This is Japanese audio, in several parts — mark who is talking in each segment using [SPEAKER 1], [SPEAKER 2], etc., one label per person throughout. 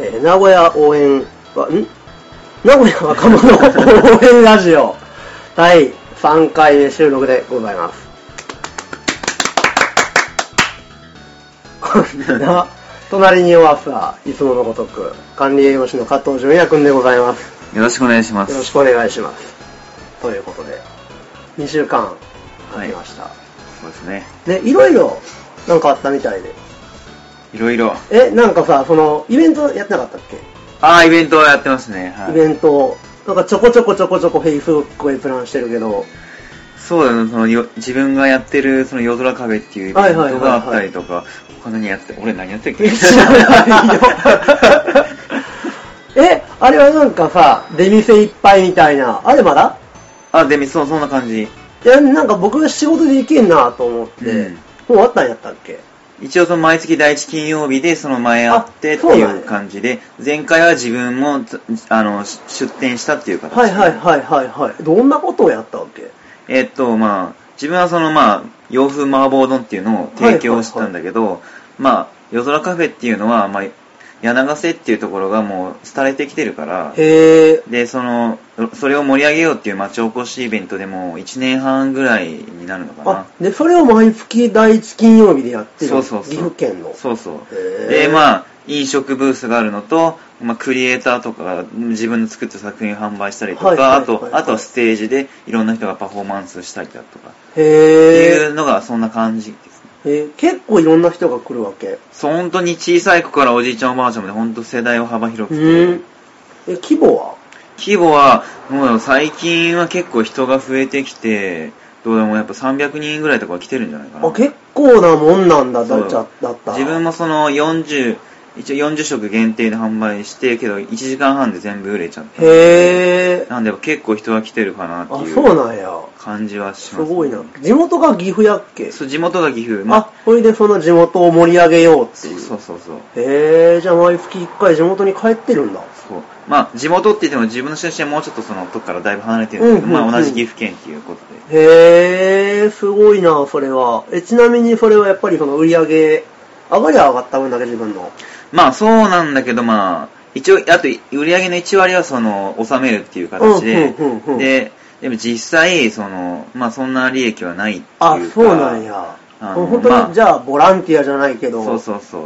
[SPEAKER 1] えー名古屋応援は、ん名古屋若者応援ラジオ第3回目収録でござい ます。こんな、隣にはさ、いつものごとく、管理栄養士の加藤純也くんでございます。
[SPEAKER 2] よろしくお願いします。
[SPEAKER 1] よろしくお願いします。ということで、2週間空きました。
[SPEAKER 2] そうですね。
[SPEAKER 1] ね、いろいろ、なんかあったみたいで。
[SPEAKER 2] いろいろ。
[SPEAKER 1] え、なんかさ、その、イベントやってなかったっけ
[SPEAKER 2] ああ、イベントはやってますね。は
[SPEAKER 1] イ
[SPEAKER 2] い、
[SPEAKER 1] ベント、なんかちょこちょこちょこちょこ Facebook でプランしてるけど、
[SPEAKER 2] そうだね、そのよ自分がやってるその夜空カフェっていうイベント
[SPEAKER 1] はいはいはいはい
[SPEAKER 2] があったりとか、他何やって、俺何やってるっけ
[SPEAKER 1] 知らないよえ、あれはなんかさ、出店いっぱいみたいな、あれまだ
[SPEAKER 2] あ、で、みそう、そんな感じ。
[SPEAKER 1] いや、なんか僕が仕事で行けんなと思って、
[SPEAKER 2] うん
[SPEAKER 1] もう終わったんやったっけ
[SPEAKER 2] 一応その毎月第一金曜日でその前あって
[SPEAKER 1] あ
[SPEAKER 2] って
[SPEAKER 1] そう
[SPEAKER 2] い
[SPEAKER 1] なんや
[SPEAKER 2] う感じで、前回は自分もつあのし出店したっていう形。
[SPEAKER 1] はいはいはいはいはい。どんなことをやったわけ
[SPEAKER 2] えっと、まあ、自分はそのまあ、洋風麻婆丼っていうのを提供したんだけど、まあ、夜空カフェっていうのは、まあ、柳瀬っていうところがもう廃れてきてるから、
[SPEAKER 1] へえ。
[SPEAKER 2] で、その、それを盛り上げようっていう町おこしイベントでも1年半ぐらいになるのかな
[SPEAKER 1] あ。、で、それを毎月第一金曜日でやってる。
[SPEAKER 2] そうそうそう
[SPEAKER 1] 岐阜県の。
[SPEAKER 2] そうそう。
[SPEAKER 1] へえ
[SPEAKER 2] で、まあ、飲食ブースがあるのと、まあ、クリエイターとかが自分の作った作品を販売したりとか、
[SPEAKER 1] はいはいはい
[SPEAKER 2] あと、あとはステージでいろんな人がパフォーマンスしたりだとか、って
[SPEAKER 1] へ
[SPEAKER 2] い
[SPEAKER 1] え。
[SPEAKER 2] うのがそんな感じですね。
[SPEAKER 1] えー結構いろんな人が来るわけ。
[SPEAKER 2] そう、本当に小さい子からおじいちゃんおばあちゃんまで本当世代を幅広
[SPEAKER 1] う
[SPEAKER 2] く
[SPEAKER 1] ん
[SPEAKER 2] て、。
[SPEAKER 1] え、規模は
[SPEAKER 2] 規模は、もう最近は結構人が増えてきて、どうでもやっぱ300人ぐらいとかは来てるんじゃないかな。
[SPEAKER 1] あ、結構なもんなんだ、だ
[SPEAKER 2] そう
[SPEAKER 1] っちゃだったら。
[SPEAKER 2] 自分もその40、一応40食限定で販売して、けど1時間半で全部売れちゃった。
[SPEAKER 1] へえ。
[SPEAKER 2] なんで結構人が来てるかな
[SPEAKER 1] あ、
[SPEAKER 2] ってい
[SPEAKER 1] そう
[SPEAKER 2] う
[SPEAKER 1] なんや。
[SPEAKER 2] 感じはし
[SPEAKER 1] す
[SPEAKER 2] ます、
[SPEAKER 1] ごいな。地元が岐阜やっけ
[SPEAKER 2] そう、地元が岐阜。ま
[SPEAKER 1] あ、それでその地元を盛り上げようって
[SPEAKER 2] そう
[SPEAKER 1] いう。
[SPEAKER 2] そうそうそう。
[SPEAKER 1] へえ、じゃあ毎月1回地元に帰ってるんだ。
[SPEAKER 2] そうまあ、地元って言っても自分の出身はもうちょっとそのとこからだいぶ離れてるんですけど、
[SPEAKER 1] うんうんうん
[SPEAKER 2] まあ同じ岐阜県っていうことで。
[SPEAKER 1] へえ、すごいな、それは。え、ちなみにそれはやっぱりその売り上げ、上がりは上がった分だけ自分の。
[SPEAKER 2] まあそうなんだけど、まあ、一応、あと売り上げの1割はその、納めるっていう形で、
[SPEAKER 1] うんうんうんうん
[SPEAKER 2] で、でも実際、その、まあそんな利益はないっていうか。
[SPEAKER 1] あ、そうなんや。
[SPEAKER 2] あの
[SPEAKER 1] 本当に、
[SPEAKER 2] まあ
[SPEAKER 1] じゃあボランティアじゃないけど。
[SPEAKER 2] そうそうそう。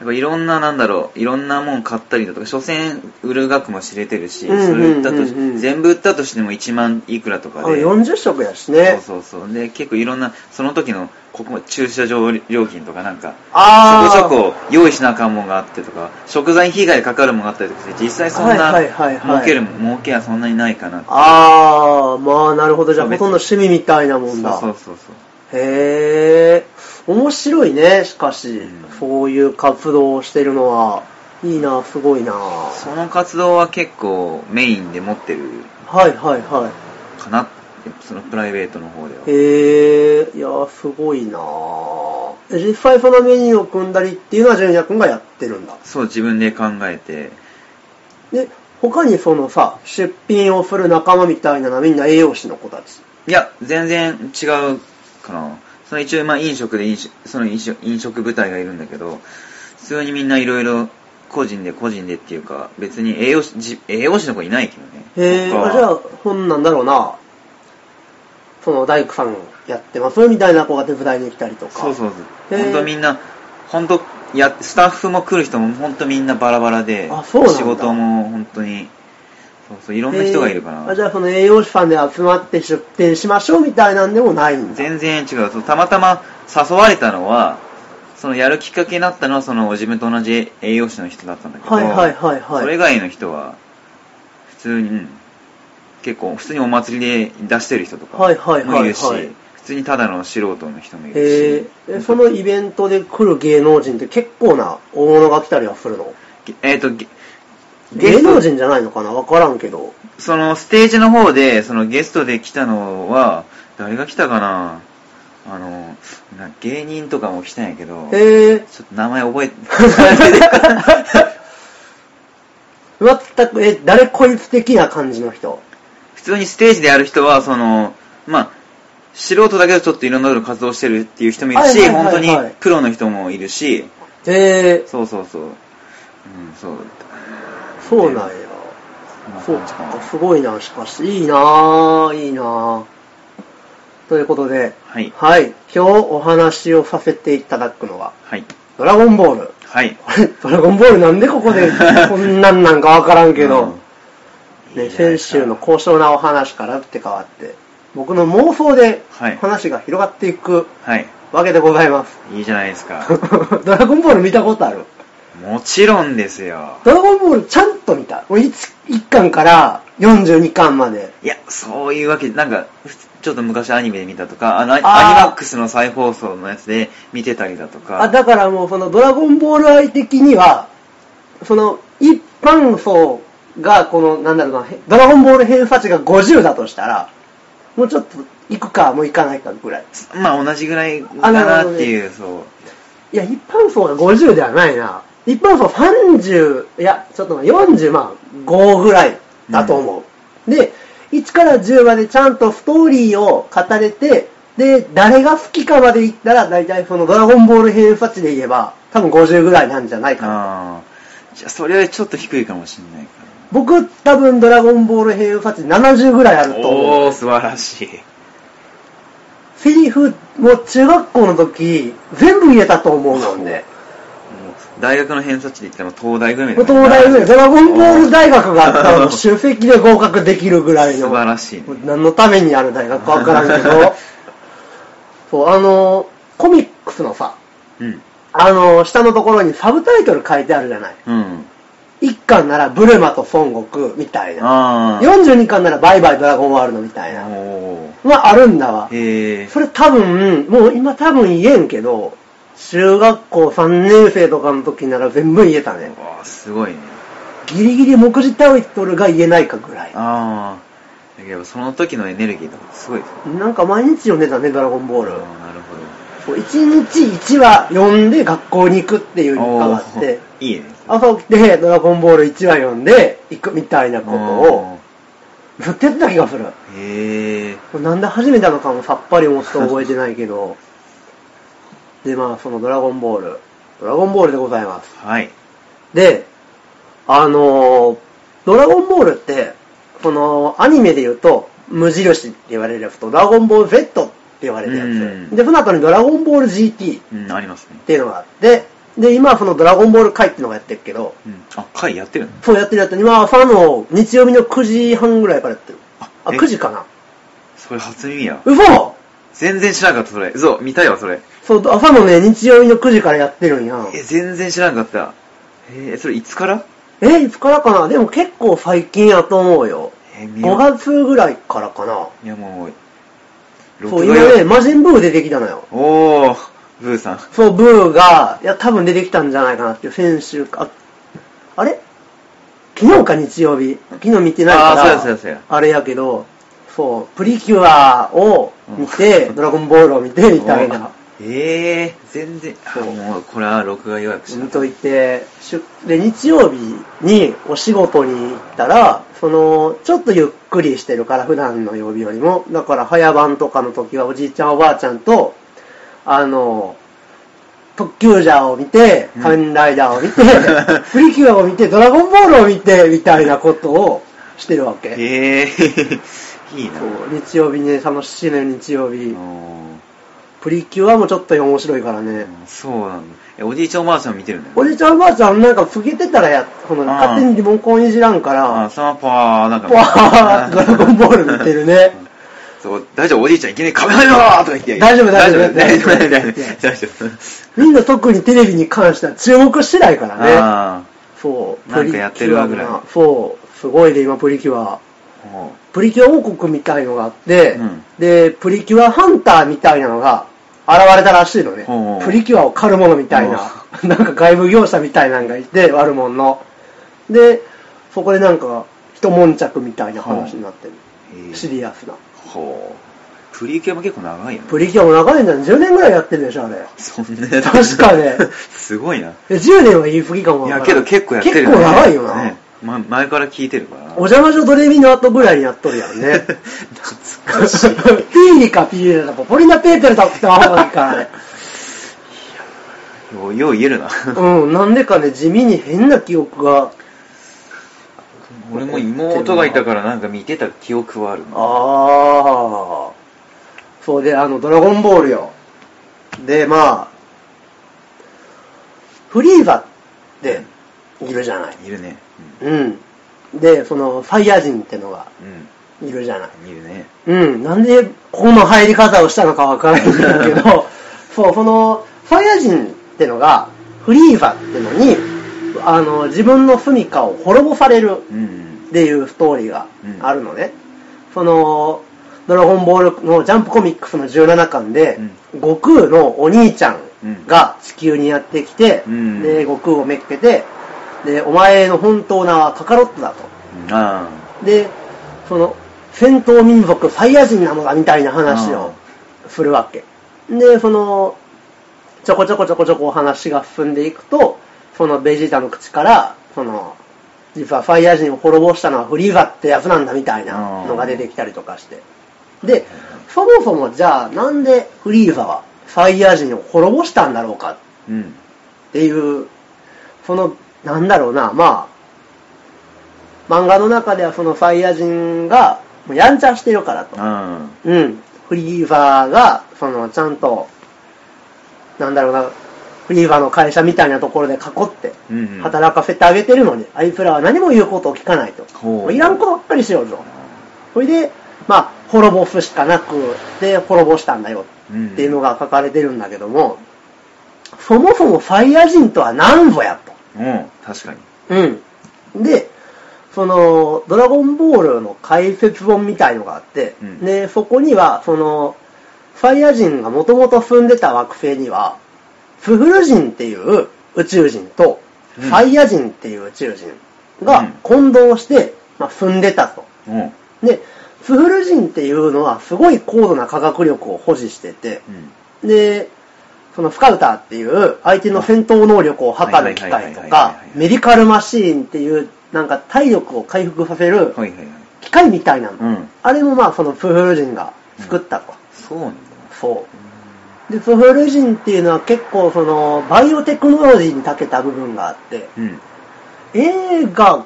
[SPEAKER 2] やっぱいろんな、なんだろう、いろんなもん買ったりだとか、所詮売る額も知れてるし、そ
[SPEAKER 1] うんうんうん
[SPEAKER 2] れ
[SPEAKER 1] うん
[SPEAKER 2] 売ったとし、全部売ったとしても1万いくらとか
[SPEAKER 1] あの
[SPEAKER 2] で。
[SPEAKER 1] 40食やしね。
[SPEAKER 2] そうそうそう。で、結構いろんな、その時の、ここも駐車場料金とかなんか、
[SPEAKER 1] あ
[SPEAKER 2] ち
[SPEAKER 1] ー
[SPEAKER 2] ょこちょこ用意しなあかんもんがあってとか、食材被害かかるもんがあったりとかして、実際そんな、
[SPEAKER 1] はいはいはいはい
[SPEAKER 2] 儲ける、儲けはそんなにないかなって。
[SPEAKER 1] あー、まあなるほど。じゃあ
[SPEAKER 2] そ
[SPEAKER 1] ほ
[SPEAKER 2] う
[SPEAKER 1] とんど趣
[SPEAKER 2] 別
[SPEAKER 1] 味みたいなもんだ。
[SPEAKER 2] そうそうそうそう。
[SPEAKER 1] へえ、面白いね、しかし、
[SPEAKER 2] うん
[SPEAKER 1] そういう活動をしてるのは、いいな、すごいな。は
[SPEAKER 2] その活動は結構メインで持ってる
[SPEAKER 1] いはいは
[SPEAKER 2] かな。そのプライベートの方では。
[SPEAKER 1] い。へえ、いや、すごいな。え実際そのメニューを組んだりっていうのは純也くんがやってるんだ。
[SPEAKER 2] そう、自分で考えて。
[SPEAKER 1] で、他にそのさ、出品をする仲間みたいなのはみんな栄養士の子たち。
[SPEAKER 2] いや、全然違うかな。その一応、まあ飲食で飲食、その飲食飲食部隊がいるんだけど、普通にみんないろいろ個人で個人でっていうか、別に栄養士、じ栄養士の子いないけどね。
[SPEAKER 1] へえ、
[SPEAKER 2] 他は
[SPEAKER 1] あじゃあ、ほんなんだろうな。その大工さんやってますみたいな子が手伝いに来たりとか。
[SPEAKER 2] そうそうそ
[SPEAKER 1] へ
[SPEAKER 2] う。
[SPEAKER 1] ー
[SPEAKER 2] 本当みんな、本当や、スタッフも来る人も本当みんなバラバラで、
[SPEAKER 1] あそうなんだ
[SPEAKER 2] 仕事も本当に、そうそう、いろんな人がいるか
[SPEAKER 1] え
[SPEAKER 2] ら。
[SPEAKER 1] ーあじゃあその栄養士さんで集まって出店しましょうみたいなんでもないんだ。
[SPEAKER 2] 全然違う。そうたまたま誘われたのは、そのやるきっかけになったのは、その自分と同じ栄養士の人だったんだけど、
[SPEAKER 1] はいはいはいはい
[SPEAKER 2] それ以外の人は、普通に、うん結構、普通にお祭りで出してる人とか
[SPEAKER 1] はいはいはいはい
[SPEAKER 2] もいるし、普通にただの素人の人もい
[SPEAKER 1] え
[SPEAKER 2] るし、
[SPEAKER 1] ーえそのイベントで来る芸能人って結構な大物が来たりはするの
[SPEAKER 2] げえっ、と、げ
[SPEAKER 1] 芸能人じゃないのかなわからんけど。
[SPEAKER 2] そのステージの方で、そのゲストで来たのは、誰が来たかなあの、な芸人とかも来たんやけど、
[SPEAKER 1] えー、
[SPEAKER 2] ちょっと名前覚え て、
[SPEAKER 1] 全く、え、誰こいつ的な感じの人。
[SPEAKER 2] 普通にステージでやる人は、その、まあ、素人だけどちょっといろんなところ活動してるっていう人もいるし、
[SPEAKER 1] はいはいはいはい
[SPEAKER 2] 本当にプロの人もいるし、
[SPEAKER 1] えー、
[SPEAKER 2] そうそうそう。うん、そうだった。
[SPEAKER 1] そうなんや。そうか、すごいな、しかし。いいなぁ、いいなぁ。ということで、
[SPEAKER 2] はい。
[SPEAKER 1] はい、今日お話をさせていただくのは、
[SPEAKER 2] はい。
[SPEAKER 1] ドラゴンボール。
[SPEAKER 2] はい。
[SPEAKER 1] あれ ドラゴンボールなんでここ でこんなんなんかわからんけど、
[SPEAKER 2] うん
[SPEAKER 1] ね、先週の高尚なお話から打って変わって、僕の妄想で
[SPEAKER 2] はい
[SPEAKER 1] 話が広がっていく
[SPEAKER 2] はい。
[SPEAKER 1] わけでございます。
[SPEAKER 2] いいじゃないですか。
[SPEAKER 1] ドラゴンボール見たことある
[SPEAKER 2] もちろんで すよ。
[SPEAKER 1] ドラゴンボールちゃんと見た。もう1巻から42巻まで。
[SPEAKER 2] いや、そういうわけ、なんか、ふちょっと昔アニメで見たとか、あの、アニ
[SPEAKER 1] あー
[SPEAKER 2] マックスの再放送のやつで見てたりだとか。
[SPEAKER 1] あだからもうそのドラゴンボール愛的には、その一般層がこのなんだろうな、へドラゴンボール偏差値が50だとしたら、もうちょっと行くかもう行かないかぐらい。
[SPEAKER 2] まあ同じぐらい
[SPEAKER 1] あ
[SPEAKER 2] か
[SPEAKER 1] な
[SPEAKER 2] な
[SPEAKER 1] るほ
[SPEAKER 2] っ
[SPEAKER 1] どね
[SPEAKER 2] ていう、そう。
[SPEAKER 1] いや、一般層が50ではないな。一般層30、いや、ちょっと待って40万5ぐらいだと思う。で、1から10までちゃんとストーリーを語れて、で、誰が好きかまでいったら、大体そのドラゴンボール偏差値で言えば、多分50ぐらいなんじゃないかな。
[SPEAKER 2] ああ。じゃあ、それはちょっと低いかもしんないか
[SPEAKER 1] 僕、多分ドラゴンボール偏差値70ぐらいあ
[SPEAKER 2] な。
[SPEAKER 1] ると思う。
[SPEAKER 2] おー、素晴らしい。
[SPEAKER 1] セリフ、もう中学校の時、全部言えたと思うもんね。
[SPEAKER 2] もう大学の偏差値で言ったらもう東大ぐらい
[SPEAKER 1] も
[SPEAKER 2] だ
[SPEAKER 1] う
[SPEAKER 2] から
[SPEAKER 1] 東大でドラゴンボール大学があったら、もう首席で合格できるぐらいの。
[SPEAKER 2] 素晴らしいね
[SPEAKER 1] もう何のためにある大学かわからんけ ど。そう、あの、コミックスのさ、
[SPEAKER 2] うん。
[SPEAKER 1] あの、下のところにサブタイトル書いてあるじゃない。
[SPEAKER 2] うん。
[SPEAKER 1] 1巻ならブルマと孫悟空みたいな。
[SPEAKER 2] ああ。
[SPEAKER 1] 42巻ならバイバイドラゴンワールドみたいな。
[SPEAKER 2] お
[SPEAKER 1] まあ、あるんだわ
[SPEAKER 2] ー。。へえ。
[SPEAKER 1] それ多分、もう今多分言えんけど、中学校3年生とかの時なら全部言えたね。
[SPEAKER 2] わあ、すごいね。
[SPEAKER 1] ギリギリ目次タイトルが言えないかぐらい。
[SPEAKER 2] ああ。だけど、その時のエネルギーとかすごいですね。
[SPEAKER 1] なんか毎日読んでたね、ドラゴンボー
[SPEAKER 2] あ
[SPEAKER 1] ル。
[SPEAKER 2] ーなるほど。
[SPEAKER 1] こう1日1話読んで学校に行くっていう日課があっ
[SPEAKER 2] お
[SPEAKER 1] て
[SPEAKER 2] ー、いいね。
[SPEAKER 1] 朝起きてドラゴンボール1話読んで行くみたいなことをずっとやってた気がする。
[SPEAKER 2] うん。へえ。
[SPEAKER 1] なんで始めたのかもさっぱりもちょっと覚えてないけ ど。で、まあそのドラゴンボール。ドラゴンボールでございます。
[SPEAKER 2] はい。
[SPEAKER 1] で、あのードラゴンボールって、このアニメで言うと、無印って言われるやつと、ドラゴンボール Z って言われるやつ。
[SPEAKER 2] うん
[SPEAKER 1] で、その後にドラゴンボール GT っ
[SPEAKER 2] うん、ありますね。
[SPEAKER 1] ていうのがあって、で、今はそのドラゴンボール会っていうのがやってるけど、
[SPEAKER 2] うん。あ、会やってるの
[SPEAKER 1] そうやってるやつに、まあ朝の日曜日の9時半ぐらいからやってる。
[SPEAKER 2] あ
[SPEAKER 1] あ、
[SPEAKER 2] え
[SPEAKER 1] 9時かな。
[SPEAKER 2] それ初耳や。
[SPEAKER 1] 嘘
[SPEAKER 2] 全然知らんかった、それ。そう、見たいわ、それ。
[SPEAKER 1] そう、朝のね、日曜日の9時からやってるんや。
[SPEAKER 2] え、全然知らんかった。えー、それいつから
[SPEAKER 1] え、いつからかなでも結構最近やと思うよ。
[SPEAKER 2] えー、見よ
[SPEAKER 1] 5
[SPEAKER 2] う
[SPEAKER 1] 月ぐらいからかな。
[SPEAKER 2] いや、もう、
[SPEAKER 1] そう、
[SPEAKER 2] 録
[SPEAKER 1] 今
[SPEAKER 2] 画よ
[SPEAKER 1] ね、魔人ブー出てきたのよ。
[SPEAKER 2] おー、ブーさん。
[SPEAKER 1] そう、ブーが、いや、多分出てきたんじゃないかなっていう、先週か、ああれ昨日か日曜日。昨日見てないから、
[SPEAKER 2] あーそうやそうやそうや
[SPEAKER 1] あれやけど、そう、プリキュアを見て、
[SPEAKER 2] うん
[SPEAKER 1] ドラゴンボールを見て、みたいな。
[SPEAKER 2] おー。ええー、全然、あ
[SPEAKER 1] そう
[SPEAKER 2] もう、これは録画予約し
[SPEAKER 1] 見
[SPEAKER 2] な
[SPEAKER 1] といて、出で、日曜日にお仕事に行ったら、その、ちょっとゆっくりしてるから、普段の曜日よりも。だから、早番とかの時は、おじいちゃんおばあちゃんと、あの、特急ジャーを見て、
[SPEAKER 2] うん
[SPEAKER 1] 仮面ライダーを見て、
[SPEAKER 2] うん
[SPEAKER 1] プリキュアを見て、ドラゴンボールを見て、みたいなことをしてるわけ。
[SPEAKER 2] ええー、い いな。
[SPEAKER 1] そう日曜日ね、楽しいね、日曜日。
[SPEAKER 2] おー
[SPEAKER 1] プリキュアもちょっと面白いからね。
[SPEAKER 2] そうなんだ。え、おじいちゃんおばあちゃん見てるんだよ。
[SPEAKER 1] おじいちゃんおばあちゃんなんかつけてたらや、この
[SPEAKER 2] うん
[SPEAKER 1] 勝手にリモコンいじらんか
[SPEAKER 2] あ
[SPEAKER 1] ら
[SPEAKER 2] ー、、そのパー、なんか。
[SPEAKER 1] パードラゴンボール見てるね。
[SPEAKER 2] そう、大丈夫、おじいちゃんいきなりカメラだーとか言って。
[SPEAKER 1] 大丈夫大丈夫
[SPEAKER 2] 大丈夫、大丈
[SPEAKER 1] 大
[SPEAKER 2] 夫、大
[SPEAKER 1] 丈夫
[SPEAKER 2] 丈夫。
[SPEAKER 1] みんな特にテレビに関しては注目してないからね。
[SPEAKER 2] あ
[SPEAKER 1] そう、
[SPEAKER 2] なんかやってるわ
[SPEAKER 1] プリキュア
[SPEAKER 2] ぐら
[SPEAKER 1] がそう、すごいね、今プリキュア。
[SPEAKER 2] ー。も
[SPEAKER 1] プリキュア王国みたいのがあって、
[SPEAKER 2] うん
[SPEAKER 1] で、プリキュアハンターみたいなのが現れたらしいのね
[SPEAKER 2] ほうほ。う
[SPEAKER 1] プリキュアを狩る者みたいな
[SPEAKER 2] ほ、
[SPEAKER 1] なんか外部業者みたいなのがいて、悪者の。で、そこでなんか、一悶着みたいな話になってる。
[SPEAKER 2] うへー
[SPEAKER 1] シリアスな。
[SPEAKER 2] ほう。プリキュアも結構長いよね。
[SPEAKER 1] プリキュアも長いんじゃん。10年ぐらいやってるでしょ、あれ。
[SPEAKER 2] そんなやつ
[SPEAKER 1] 確かね
[SPEAKER 2] すごいな。
[SPEAKER 1] え10年は言い過ぎかも
[SPEAKER 2] い
[SPEAKER 1] わから
[SPEAKER 2] や、
[SPEAKER 1] ん
[SPEAKER 2] けど結構やってる
[SPEAKER 1] 結構長いよな。
[SPEAKER 2] ねま、前から聞いてるからな。
[SPEAKER 1] お邪魔女ドレミの後ぐらいにやっとるやん ね。
[SPEAKER 2] 懐かしい。
[SPEAKER 1] ピーリかピーリだと、ポリナペーテルだってあほうがいいからね。
[SPEAKER 2] ようよう言えるな。
[SPEAKER 1] うん、なんでかね、地味に変な記憶が。
[SPEAKER 2] 俺も妹がいたからなんか見てた記憶はあるな。
[SPEAKER 1] ああ。そうで、あの、ドラゴンボールよ。で、まあ、フリーザっているじゃない。
[SPEAKER 2] いるね。
[SPEAKER 1] うん。で、その、サイヤ人ってのが
[SPEAKER 2] うん。
[SPEAKER 1] いるじゃない。
[SPEAKER 2] うん。いるね。
[SPEAKER 1] うん、なんでこの入り方をしたのかわからないんだけ ど、そう、その、ファイヤ人ってのが、フリーザってのに、あの、自分の住処を滅ぼされる
[SPEAKER 2] うんうん。
[SPEAKER 1] っていうストーリーがあるのね。その、ドラゴンボールのジャンプコミックスの17巻で、悟空のお兄ちゃんが地球にやってきて、
[SPEAKER 2] うん
[SPEAKER 1] で、悟空をめっけて、で、お前の本当なカカロットだと。
[SPEAKER 2] うんああ。
[SPEAKER 1] で、その、戦闘民族、サイヤ人なのだみたいな話をするわけ。で、その、ちょこちょこちょこちょこお話が進んでいくと、そのベジータの口から、その、実はファイヤ人を滅ぼしたのはフリーザってやつなんだみたいなのが出てきたりとかして。で、そもそもじゃあなんでフリーザはファイヤ人を滅ぼしたんだろうか
[SPEAKER 2] うん。
[SPEAKER 1] っていう、その、なんだろうな、まあ、漫画の中ではそのファイヤ人が、もうやんちゃしてるからと。
[SPEAKER 2] あ
[SPEAKER 1] うん。フリーファーが、その、ちゃんと、なんだろうな、フリーファーの会社みたいなところで囲って、
[SPEAKER 2] あ。うんうん。
[SPEAKER 1] 働かせてあげてるのに、あいつらは何も言うことを聞かないと。
[SPEAKER 2] ほう
[SPEAKER 1] もういらんことばっかりしようぞ。それで、まあ、滅ぼすしかなくて、滅ぼしたんだよ
[SPEAKER 2] うん
[SPEAKER 1] っていうのが書かれてるんだけども、そもそもファイヤ人とは何ぞや
[SPEAKER 2] うん。確かに。
[SPEAKER 1] と。うん。で、その、ドラゴンボールの解説本みたいのがあって、
[SPEAKER 2] うん
[SPEAKER 1] で、そこには、その、ファイヤ人がもともと住んでた惑星には、フフル人っていう宇宙人と、
[SPEAKER 2] う
[SPEAKER 1] フ
[SPEAKER 2] ん
[SPEAKER 1] ァイヤ人っていう宇宙人
[SPEAKER 2] う
[SPEAKER 1] が
[SPEAKER 2] ん
[SPEAKER 1] 混同して、まあ、住んでたと。
[SPEAKER 2] うん。うん。
[SPEAKER 1] で、フフル人っていうのはすごい高度な科学力を保持してて、で、そのスカウターっていう相手の戦闘能力を測る機械と
[SPEAKER 2] はいはいはいはい
[SPEAKER 1] か
[SPEAKER 2] はい、
[SPEAKER 1] メディカルマシーンっていうなんか体力を回復させる
[SPEAKER 2] はいはいはい。
[SPEAKER 1] 機械みたいな
[SPEAKER 2] う
[SPEAKER 1] の。
[SPEAKER 2] ん。
[SPEAKER 1] あれもまあそのフフル人が作ったと。
[SPEAKER 2] そうなんだ。
[SPEAKER 1] そう。で、フフル人っていうのは結構そのバイオテクノロジーに長けた部分があって、
[SPEAKER 2] うん。
[SPEAKER 1] 映画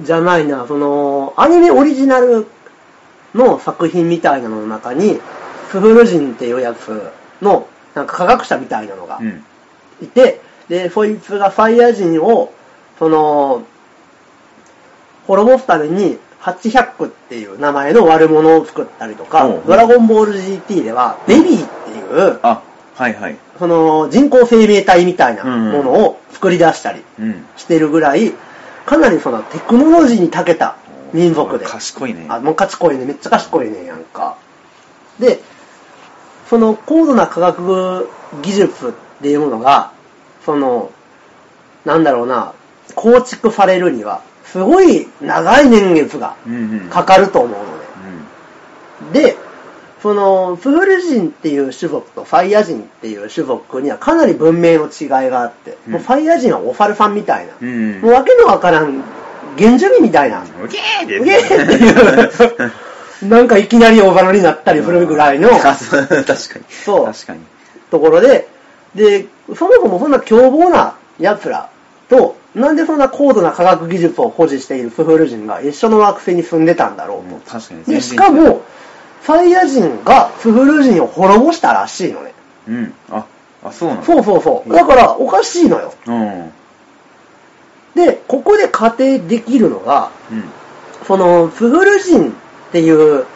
[SPEAKER 1] じゃないな、その、アニメオリジナルの作品みたいなのの中に、フフル人っていうやつの、なんか科学者みたいなのが
[SPEAKER 2] うん。
[SPEAKER 1] いて、で、そいつがファイヤ人を、その、滅ぼすために、800っていう名前の悪者を作ったりとか
[SPEAKER 2] おうおう、
[SPEAKER 1] ドラゴンボール GT では、ベビーっていう、
[SPEAKER 2] あ、はいはい。
[SPEAKER 1] その人工生命体みたいなものを作り出したり
[SPEAKER 2] うん。
[SPEAKER 1] してるぐらい、かなりそのテクノロジーに長けた民族で。
[SPEAKER 2] 賢いね。
[SPEAKER 1] あ、もう賢いね。めっちゃ賢いね、やんか。で、その高度な科学技術っていうものが、その、なんだろうな、構築されるには、すごい長い年月が
[SPEAKER 2] うんうん。
[SPEAKER 1] かかると思うのね。で、その、プフル人っていう種族とファイヤ人っていう種族にはかなり文明の違いがあって、
[SPEAKER 2] うん
[SPEAKER 1] もうファイヤ人はお猿さんみたいな、
[SPEAKER 2] うん。うん。
[SPEAKER 1] もうわけのわからん原住民みたいな、
[SPEAKER 2] うげーって。
[SPEAKER 1] うげーっていう、なんかいきなりお花になったりするぐらいの
[SPEAKER 2] あそう 確かに。
[SPEAKER 1] そう
[SPEAKER 2] 確かに。
[SPEAKER 1] ところで、で、そもそもそんな凶暴な奴らと、なんでそんな高度な科学技術を保持しているプフル人が一緒の惑星に住んでたんだろうと
[SPEAKER 2] もう。確かに。
[SPEAKER 1] で、しか、も、ファイヤ人がプフル人を滅ぼしたらしいのね。
[SPEAKER 2] うん。あ、あ、そうなの
[SPEAKER 1] そうそうそう。だから、おかしいのよ。
[SPEAKER 2] う。うん。うん。
[SPEAKER 1] で、ここで仮定できるのが、その、プフル人っていう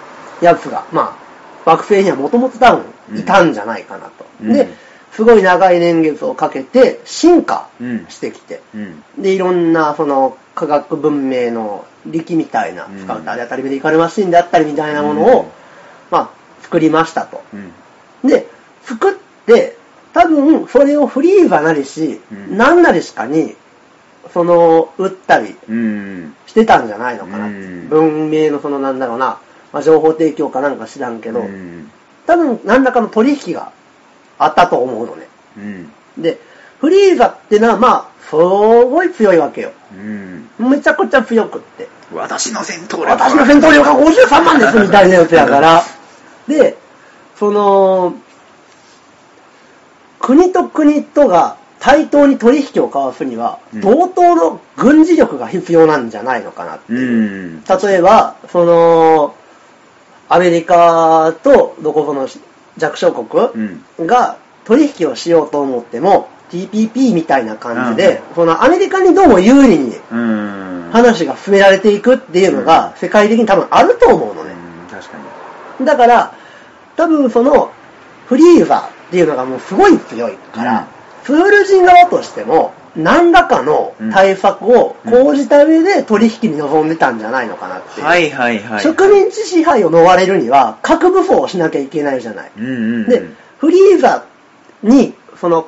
[SPEAKER 1] やつが、まあ、惑星にはもともと多分いたんじゃないかなと。
[SPEAKER 2] うんう
[SPEAKER 1] で
[SPEAKER 2] ん、
[SPEAKER 1] すごい長い年月をかけて進化
[SPEAKER 2] うん
[SPEAKER 1] してきて、
[SPEAKER 2] うん。
[SPEAKER 1] で、いろんなその科学文明の力みたいな
[SPEAKER 2] う、ん
[SPEAKER 1] スカウターであったり、メディカルマシンであったりみたいなものを、
[SPEAKER 2] うん
[SPEAKER 1] まあ、作りましたと。
[SPEAKER 2] うん。
[SPEAKER 1] で、作って、多分それをフリーザなりし、
[SPEAKER 2] うん
[SPEAKER 1] なんなりしかに、その、売ったり
[SPEAKER 2] うん。
[SPEAKER 1] してたんじゃないのかな。
[SPEAKER 2] うん
[SPEAKER 1] 文明のそのなんだろうな、まあ、情報提供かなんか知らんけど、
[SPEAKER 2] うん。
[SPEAKER 1] 多分何らかの取引があったと思うのね。
[SPEAKER 2] うん。
[SPEAKER 1] で、フリーザってのはまあ、すごい強いわけよ。
[SPEAKER 2] うん。
[SPEAKER 1] めちゃくちゃ強くって。
[SPEAKER 2] 私の戦闘力は
[SPEAKER 1] 私の戦闘量が53万ですみたいなやつや から。で、その、国と国とが対等に取引を交わすには、
[SPEAKER 2] うん
[SPEAKER 1] 同等の軍事力が必要なんじゃないのかなって
[SPEAKER 2] う
[SPEAKER 1] いう。
[SPEAKER 2] ん。
[SPEAKER 1] 例えば、その、アメリカとどこその弱小
[SPEAKER 2] う
[SPEAKER 1] 国
[SPEAKER 2] ん。
[SPEAKER 1] が取引をしようと思っても、TPP みたいな感じで
[SPEAKER 2] う、
[SPEAKER 1] そのアメリカにどうも有利に
[SPEAKER 2] うん。
[SPEAKER 1] 話が進められていくっていうのが、世界的に多分あると思うのね。
[SPEAKER 2] うん確かに。
[SPEAKER 1] だから、多分その、フリーザっていうのがもうすごい強いから、プール人側としても、何らかの対策を講じた上で取引に臨んでたんじゃないのかなっていう。
[SPEAKER 2] はいはいはい。
[SPEAKER 1] 植民地支配を逃れるには、核武装をしなきゃいけないじゃない。
[SPEAKER 2] うんうんうん。
[SPEAKER 1] で、フリーザに、その、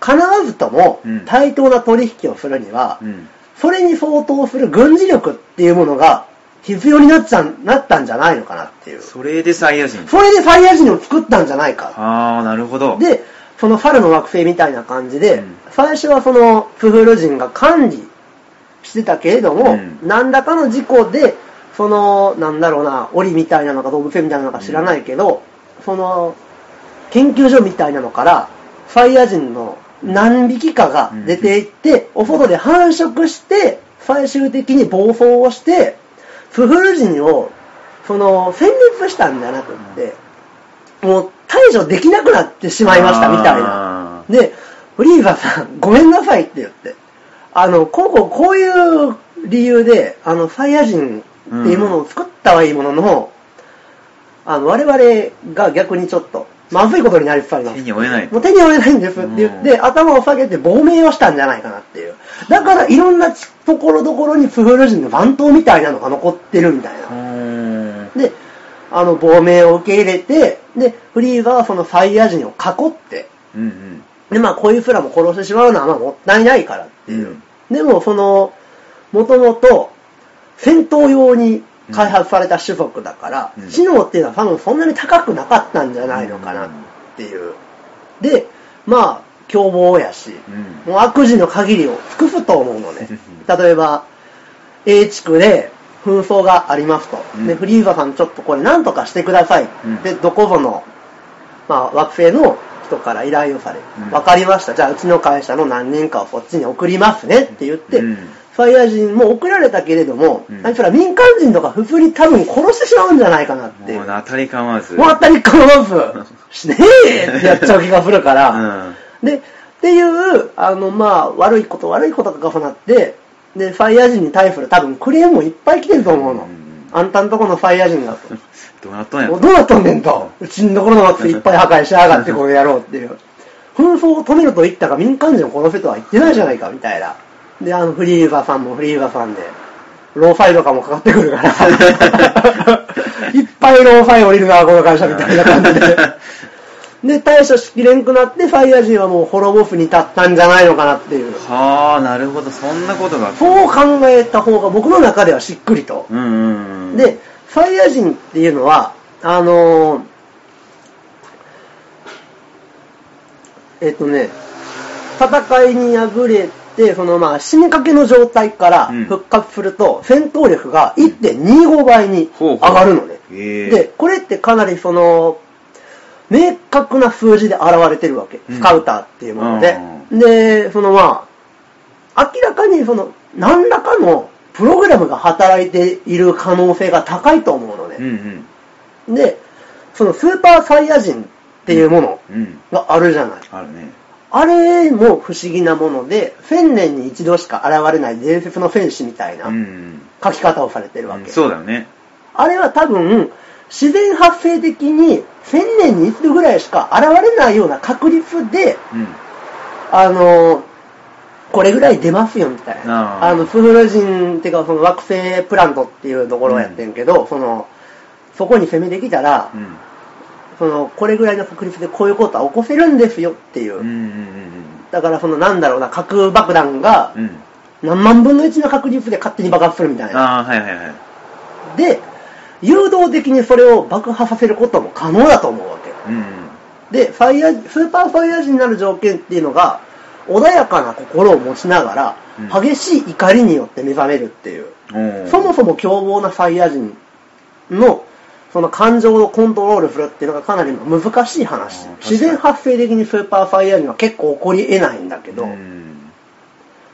[SPEAKER 1] 必ずとも
[SPEAKER 2] うん
[SPEAKER 1] 対等な取引をするには、
[SPEAKER 2] うん。
[SPEAKER 1] それに相当する軍事力っていうものが必要になっちゃんなったんじゃないのかなっていう。
[SPEAKER 2] それでサイヤ人。
[SPEAKER 1] それでファイヤ人を作ったんじゃないか。
[SPEAKER 2] ああ、なるほど。、
[SPEAKER 1] で、その猿の惑星みたいな感じで、
[SPEAKER 2] うん
[SPEAKER 1] 最初はそのプフル人が管理してたけれども、
[SPEAKER 2] うん
[SPEAKER 1] 何らかの事故で、その、なんだろうな、檻みたいなのか動物園みたいなのか知らないけど、その、研究所みたいなのから、ファイヤ人の何匹かが出ていって、お外で繁殖して、最終的に暴走をして、プフル人を、その、殲滅したんじゃなくって、もう対処できなくなってしまいましたみたいな
[SPEAKER 2] あ。ー
[SPEAKER 1] で、フリーザさん、ごめんなさいって言って、あの、こうこうこういう理由で、あの、サイヤ人っていうものを作ったはいいものの、あの、我々が逆にちょっと、まずいことになりつつあります。
[SPEAKER 2] 手に負えない
[SPEAKER 1] もう手に負えないんですって言って、
[SPEAKER 2] うん
[SPEAKER 1] 頭を下げて亡命をしたんじゃないかなっていう。だから、いろんなちところどころにプフル人の番頭みたいなのが残ってるみたいな
[SPEAKER 2] う。ーん。
[SPEAKER 1] で、あの、亡命を受け入れて、で、フリーザはそのサイヤ人を囲って、
[SPEAKER 2] うん
[SPEAKER 1] で、まあ、こういうプラも殺してしまうのは、まあ、もったいないからって
[SPEAKER 2] う
[SPEAKER 1] い
[SPEAKER 2] ん
[SPEAKER 1] う。。でも、その、もともと、戦闘用に開発された種族だから、
[SPEAKER 2] うん
[SPEAKER 1] 知能っていうのは多分そんなに高くなかったんじゃないのかなっていう。で、まあ、凶暴やし、
[SPEAKER 2] うん
[SPEAKER 1] もう悪事の限りを尽くすと思うのね。例えば、A 地区で紛争がありますと。
[SPEAKER 2] うん
[SPEAKER 1] で、フリーザさんちょっとこれ何とかしてください。
[SPEAKER 2] うん
[SPEAKER 1] で、どこぞの、まあ、惑星の人から依頼をされ、
[SPEAKER 2] うん
[SPEAKER 1] わかりました。じゃあ、うちの会社の何人かをそっちに送りますねって言って、
[SPEAKER 2] うん
[SPEAKER 1] ファイヤー人も送られたけれども、
[SPEAKER 2] うん
[SPEAKER 1] あいつら民間人とか普通に多分殺してしまうんじゃないかなっていう。
[SPEAKER 2] もう当たりかまわず。
[SPEAKER 1] もう当たりかまず、 しねえってやっちゃう気がするから、
[SPEAKER 2] うん。
[SPEAKER 1] で、っていう、あの、まあ、悪いこと悪いことが重なって、で、ファイヤ人に対する多分クレームもいっぱい来てると思うの。
[SPEAKER 2] うんうん
[SPEAKER 1] あんたんとこのファイヤ人がと。
[SPEAKER 2] どうなったんや
[SPEAKER 1] もうどうなっとんねんと。うちのところの惑星いっぱい破壊しやがってこの野郎っていう。紛争を止めると言ったが民間人を殺せとは言ってないじゃないかみたいな。で、あの、フリーザさんもフリーザさんで、ローファイとかもかかってくるから、いっぱいローファイ降りるな、この会社みたいな 感じで。で、対処しきれんくなって、ファイヤ人はもう滅ぼすに至ったんじゃないのかなっていう。
[SPEAKER 2] はあ、なるほど。そんなことがあった。
[SPEAKER 1] そう考えた方が僕の中ではしっくりと。
[SPEAKER 2] うんうんうん。
[SPEAKER 1] で、、ファイヤ人っていうのは、あのーえっとね、戦いに敗れて、そのまあ死にかけの状態から
[SPEAKER 2] うん
[SPEAKER 1] 復活すると、戦闘力が1.25倍に上
[SPEAKER 2] ほうほう
[SPEAKER 1] がるのね。
[SPEAKER 2] へえ
[SPEAKER 1] で、これってかなりその、明確な数字で現れてるわけ。
[SPEAKER 2] うん
[SPEAKER 1] スカウターっていうもので。で、そのまあ、明らかにその、何らかのプログラムが働いている可能性が高いと思うの
[SPEAKER 2] うん
[SPEAKER 1] ね。
[SPEAKER 2] うん。
[SPEAKER 1] で、そのスーパーサイヤ人っていうもの
[SPEAKER 2] うん。
[SPEAKER 1] があるじゃない。
[SPEAKER 2] あるね。
[SPEAKER 1] あれも不思議なもので、千年に一度しか現れない伝説の戦士みたいな
[SPEAKER 2] うんうん。
[SPEAKER 1] 書き方をされてるわ
[SPEAKER 2] うん
[SPEAKER 1] け。
[SPEAKER 2] そうだよね。
[SPEAKER 1] あれは多分、自然発生的に千年に一度ぐらいしか現れないような確率で、
[SPEAKER 2] うん。
[SPEAKER 1] あの、これぐらい出ますよみたい
[SPEAKER 2] あ
[SPEAKER 1] な。
[SPEAKER 2] ー
[SPEAKER 1] あの、プフル人っていうか、その惑星プラントっていうところをやってんけど、その、そこに攻めてきたら、
[SPEAKER 2] うん。
[SPEAKER 1] その、これぐらいの確率でこういうことは起こせるんですよっていう。
[SPEAKER 2] うんうんうん
[SPEAKER 1] だから、その、なんだろうな、核爆弾が
[SPEAKER 2] うん。うん。
[SPEAKER 1] 何万分の1の確率で勝手に爆発するみたいな。
[SPEAKER 2] ああ、はいはいはい。
[SPEAKER 1] で、誘導的にそれを爆破させることも可能だと思うわけ。
[SPEAKER 2] うん
[SPEAKER 1] で、ファイヤー、スーパーファイヤー人になる条件っていうのが、穏やかな心を持ちなが
[SPEAKER 2] う
[SPEAKER 1] ら、
[SPEAKER 2] ん
[SPEAKER 1] 激しい怒りによって目覚めるっていう。
[SPEAKER 2] うん。おー
[SPEAKER 1] そもそも凶暴なファイヤー人の、その感情をコントロールするっていうのがかなり難しい話
[SPEAKER 2] あー確かに
[SPEAKER 1] 自然発生的にスーパーファイヤーには結構起こり得ないんだけど、
[SPEAKER 2] うん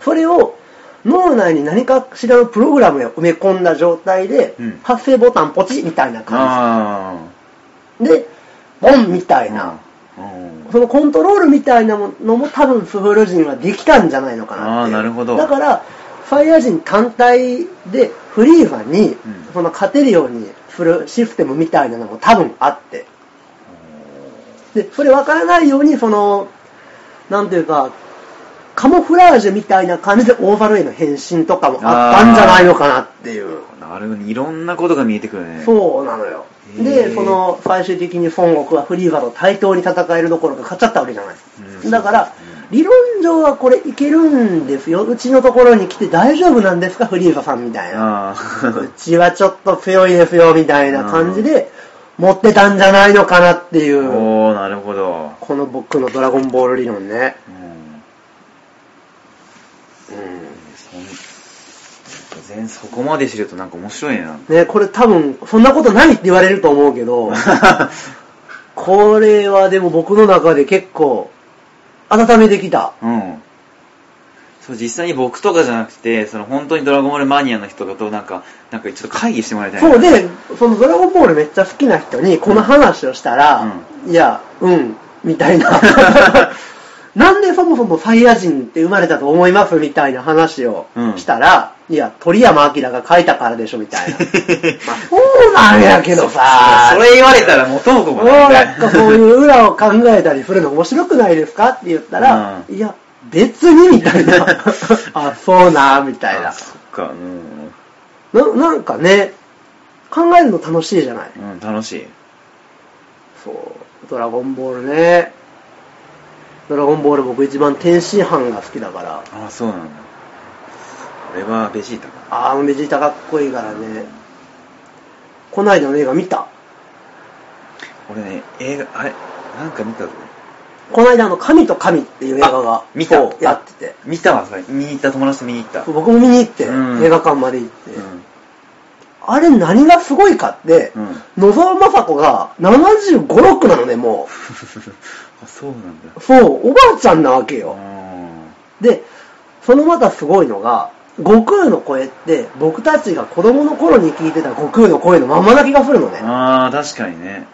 [SPEAKER 1] それを脳内に何かしらのプログラムを埋め込んだ状態で、
[SPEAKER 2] うん
[SPEAKER 1] 発生ボタンポチッみたいな感
[SPEAKER 2] あ
[SPEAKER 1] じでボンみた
[SPEAKER 2] あ
[SPEAKER 1] いな、
[SPEAKER 2] うん
[SPEAKER 1] そのコントロールみたいなものも多分スフル人はできたんじゃないのかなっていう
[SPEAKER 2] あーなるほど
[SPEAKER 1] だからファイヤ人単体でフリーザに、その勝てるようにするシステムみたいなのも多分あってでそれ分からないようにそのなんていうかカモフラージュみたいな感じでオーバルへの変身とかもあったんじゃないのかなっていう
[SPEAKER 2] なるほどいろんなことが見えてくるねう
[SPEAKER 1] そうなのよ
[SPEAKER 2] へー
[SPEAKER 1] でその最終的に孫悟空はフリーザと対等に戦えるどころか勝っちゃったわけじゃない、
[SPEAKER 2] うん
[SPEAKER 1] だから
[SPEAKER 2] う
[SPEAKER 1] 理論上はこれいけるんですようちのところに来て大丈夫なんですかフリーザさんみたいな
[SPEAKER 2] あ
[SPEAKER 1] うちはちょっと強いですよみたいな感じで持ってたんじゃないのかなってい
[SPEAKER 2] あ
[SPEAKER 1] う
[SPEAKER 2] おおなるほど、
[SPEAKER 1] この僕のドラゴンボール理論ね
[SPEAKER 2] うん
[SPEAKER 1] うん
[SPEAKER 2] そん全そこまで知るとなんか面白いねなんか
[SPEAKER 1] ねこれ多分そんなことないって言われると思うけ どこれはでも僕の中で結構温めてきた
[SPEAKER 2] うんそう実際に僕とかじゃなくてその本当にドラゴンボールマニアの人となんかなんかちょっと会議してもらいたいな
[SPEAKER 1] そうで、そのドラゴンボールめっちゃ好きな人にこの話をしたら、いや、うん、みたい な。なんでそもそもサイヤ人って生まれたと思いますみたいな話をしたら、いや、鳥山明が書いたからでしょみたいな。まあ、そうなんやけどさ、
[SPEAKER 2] それ言われたら元も子
[SPEAKER 1] も
[SPEAKER 2] も
[SPEAKER 1] う
[SPEAKER 2] ない
[SPEAKER 1] なんかそういう裏を考えたりするの面白くないですかって言ったら、
[SPEAKER 2] う
[SPEAKER 1] いや、別にみたいな。 あ、そうな、みたいな
[SPEAKER 2] あ。そっかうん、
[SPEAKER 1] ななんかね、考えるの楽しいじゃない。
[SPEAKER 2] うん、楽しい
[SPEAKER 1] そう、ドラゴンボールね。ドラゴンボール僕一番天津飯が好きだから。
[SPEAKER 2] ああそうなんだ俺はベジータか
[SPEAKER 1] あー、ベジータかっこいいからね。こないだの映画見た。
[SPEAKER 2] 俺ね映画あれなんか見たぞ
[SPEAKER 1] こないだあの神と神っていう映画が
[SPEAKER 2] あ見た
[SPEAKER 1] そうやってて。
[SPEAKER 2] 見たわそれ見に行った友達と見に行った
[SPEAKER 1] そう僕も見に行って、
[SPEAKER 2] うん
[SPEAKER 1] 映画館まで行って。
[SPEAKER 2] うん
[SPEAKER 1] あれ何がすごいかって、
[SPEAKER 2] うん
[SPEAKER 1] 野沢雅子が75、6なのね、も
[SPEAKER 2] あそうなんだ
[SPEAKER 1] う。そう、おばあちゃんなわけよ。
[SPEAKER 2] あ
[SPEAKER 1] で、そのまたすごいのが、悟空の声って、僕たちが子供の頃に聞いてた悟空の声のまんまな気がするの
[SPEAKER 2] ー
[SPEAKER 1] ね。
[SPEAKER 2] あー確かにね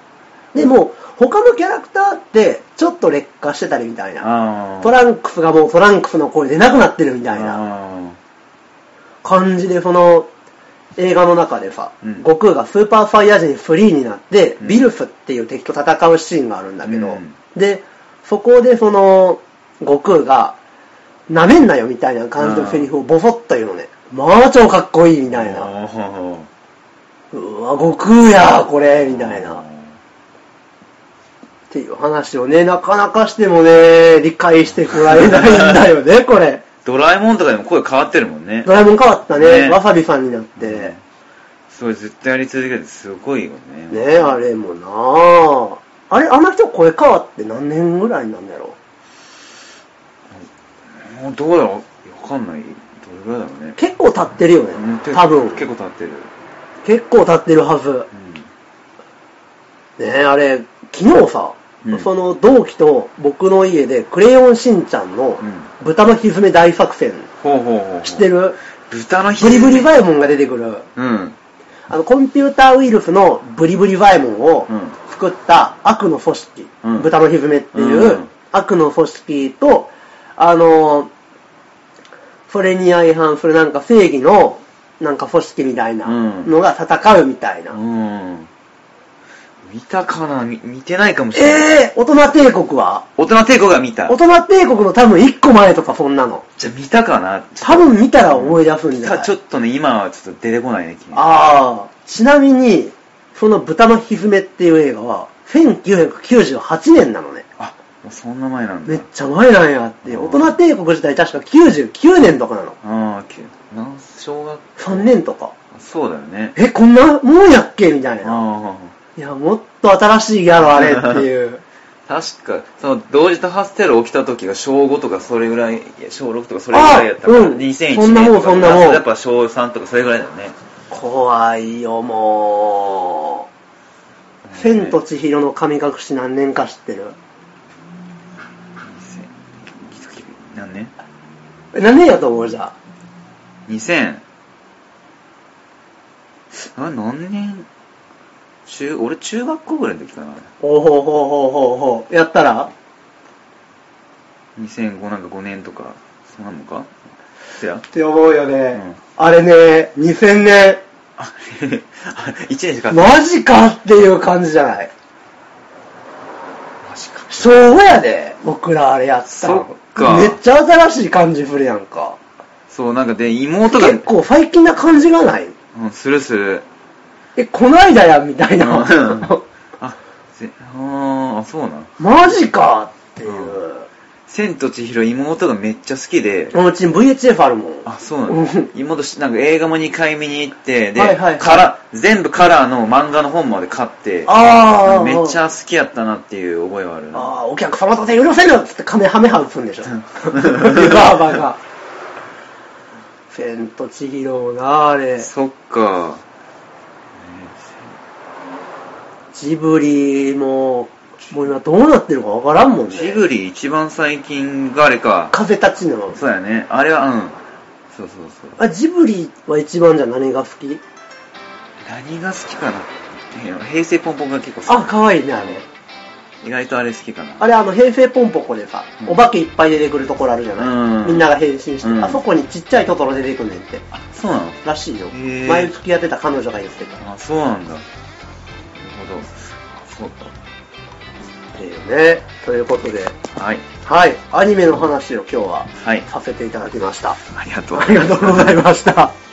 [SPEAKER 1] でも、他のキャラクターって、ちょっと劣化してたりみたいな。
[SPEAKER 2] ああ
[SPEAKER 1] トランクスがもうトランクスの声出なくなってるみたいな
[SPEAKER 2] あ
[SPEAKER 1] 感じで、その、映画の中でさ、
[SPEAKER 2] うん
[SPEAKER 1] 悟空がスーパーサイヤ人フリーになって、
[SPEAKER 2] うん
[SPEAKER 1] ビルスっていう敵と戦うシーンがあるんだけど、
[SPEAKER 2] うん
[SPEAKER 1] で、そこでその、悟空が、なめんなよみたいな感じのセリフをボソッと言うのね。まあ超かっこいいみ
[SPEAKER 2] ー
[SPEAKER 1] たいな。
[SPEAKER 2] あー
[SPEAKER 1] うわ、悟空やこれみたいな。っていう話をね、なかなかしてもね、理解してもらえないんだよね、これ。
[SPEAKER 2] ドラえもんとかでも声変わってるもんね
[SPEAKER 1] ドラえもん変わったね。
[SPEAKER 2] ね
[SPEAKER 1] わさびさんになって。
[SPEAKER 2] うんそれずっとやり続けてすごいよね
[SPEAKER 1] ねあれもなああれ、あの人声変わって何年ぐらいなんだろ
[SPEAKER 2] もうどうだろうわかんないどれぐらいだろう
[SPEAKER 1] う
[SPEAKER 2] ね
[SPEAKER 1] 結構経ってるよね
[SPEAKER 2] うん。結構
[SPEAKER 1] 多分。
[SPEAKER 2] 結構経ってる
[SPEAKER 1] 結構経ってるはず。ねえ、あれ、昨日さ、
[SPEAKER 2] うん
[SPEAKER 1] その同期と僕の家で、クレヨンしんちゃんの
[SPEAKER 2] うん
[SPEAKER 1] 豚のひずめ大作戦、
[SPEAKER 2] ほうほうほうほう
[SPEAKER 1] 知ってる
[SPEAKER 2] 豚のひ
[SPEAKER 1] ブリ
[SPEAKER 2] ず
[SPEAKER 1] ブ
[SPEAKER 2] め
[SPEAKER 1] リザイモンが出てくる、
[SPEAKER 2] うん
[SPEAKER 1] あの、コンピューターウイルスのブリブリザイモンを
[SPEAKER 2] うん
[SPEAKER 1] 作った悪の組織、
[SPEAKER 2] うん
[SPEAKER 1] 豚のひずめっていう、
[SPEAKER 2] うん
[SPEAKER 1] 悪の組織と、あのーそれに相反するなんか正義の、なんか組織みたいなのが戦うみたいな。
[SPEAKER 2] うん見たかな見見てないかもしれない、
[SPEAKER 1] えー、大人帝国は
[SPEAKER 2] 大人帝国が見た
[SPEAKER 1] 大人帝国の多分1個前とかそんなの。
[SPEAKER 2] じゃあ見たかな
[SPEAKER 1] 多分見たら思い出すんじゃ
[SPEAKER 2] た
[SPEAKER 1] ない
[SPEAKER 2] ちょっとね今はちょっと出てこないね君
[SPEAKER 1] ああ。ちなみに、その豚のひずめっていう映画は、1998年なのね。
[SPEAKER 2] あもうそんな前なんだ
[SPEAKER 1] めっちゃ前なんやって。
[SPEAKER 2] うん
[SPEAKER 1] 大人帝国自体確か99年とかなの。
[SPEAKER 2] ああけなん小学
[SPEAKER 1] 3年とか。
[SPEAKER 2] そうだよね
[SPEAKER 1] え、こんなもんやっけみたいな。
[SPEAKER 2] あ
[SPEAKER 1] いや、もっと新しいやろ、あれって いう。
[SPEAKER 2] あ確かその同時多発テロ起きた時が小5とかそれぐらいいや小6とかそれぐらいやったから
[SPEAKER 1] あうん
[SPEAKER 2] 2001年と
[SPEAKER 1] そんなもん
[SPEAKER 2] か
[SPEAKER 1] そんなもん
[SPEAKER 2] やっぱ小3とかそれぐらいだよね
[SPEAKER 1] 怖いよ、もう。千と千尋の神隠し何年か知ってる。
[SPEAKER 2] 2000何年
[SPEAKER 1] え何年やと思うじゃあ。
[SPEAKER 2] 2000あ何年中俺中学校ぐらいの時かな
[SPEAKER 1] ほうほうほうほうほうほう。やったら
[SPEAKER 2] 2005なんか5年とかそうなのかそや
[SPEAKER 1] って思うよね。
[SPEAKER 2] うん
[SPEAKER 1] あれね、2000年、
[SPEAKER 2] あ 1年しか
[SPEAKER 1] マジかっていう感じじゃない。
[SPEAKER 2] マジか
[SPEAKER 1] 昭和やで、僕らあれやったの
[SPEAKER 2] そっか
[SPEAKER 1] めっちゃ新しい感じ振るやんか。
[SPEAKER 2] そうなんかで妹が
[SPEAKER 1] 結構最近な感じがない
[SPEAKER 2] うんするする
[SPEAKER 1] え、こないだや、みたいな。
[SPEAKER 2] あぜあーそうなん
[SPEAKER 1] マジかっていう。
[SPEAKER 2] 千と千尋妹がめっちゃ好きで
[SPEAKER 1] うち VHF あるもん。
[SPEAKER 2] あそうなんだ
[SPEAKER 1] うん
[SPEAKER 2] 妹しなんか映画も2回見に行ってで、
[SPEAKER 1] はいはいはい
[SPEAKER 2] カラー全部カラーの漫画の本まで買って
[SPEAKER 1] ああ。
[SPEAKER 2] めっちゃ好きやったなっていう覚えはあるな
[SPEAKER 1] ああ、お客様とて許せぬっつってカメハメハ打つんでしょ。 バーバーが。千と千尋なあれ。
[SPEAKER 2] そっか
[SPEAKER 1] ジブリも、もう今どうなってるかわからんもんね。
[SPEAKER 2] ジブリ一番最近があれか
[SPEAKER 1] 風立ちの。
[SPEAKER 2] そうやねあれはうんそうそうそう
[SPEAKER 1] あ、ジブリは一番じゃ何が好き
[SPEAKER 2] 何が好きかなえー平成ポンポンが結構
[SPEAKER 1] あ、
[SPEAKER 2] 好
[SPEAKER 1] かわいいね、あれ。
[SPEAKER 2] き意外とあれ好きかな
[SPEAKER 1] あれあの、平成ポンポコでさ、
[SPEAKER 2] うん
[SPEAKER 1] お化けいっぱい出てくるところあるじゃない、
[SPEAKER 2] うん
[SPEAKER 1] みんなが変身して、
[SPEAKER 2] うん
[SPEAKER 1] あそこにちっちゃいトトロ出てくんねんって。
[SPEAKER 2] あそうなの
[SPEAKER 1] らしいよ。
[SPEAKER 2] へー
[SPEAKER 1] 前付き合ってた彼女が言ってた。っ
[SPEAKER 2] あそうなんだなるほどあそう
[SPEAKER 1] ていうね。ということで、
[SPEAKER 2] だはい
[SPEAKER 1] はい、アニメの話を今日は
[SPEAKER 2] はい
[SPEAKER 1] させていただきました。
[SPEAKER 2] ありがと う
[SPEAKER 1] ありがとうございました。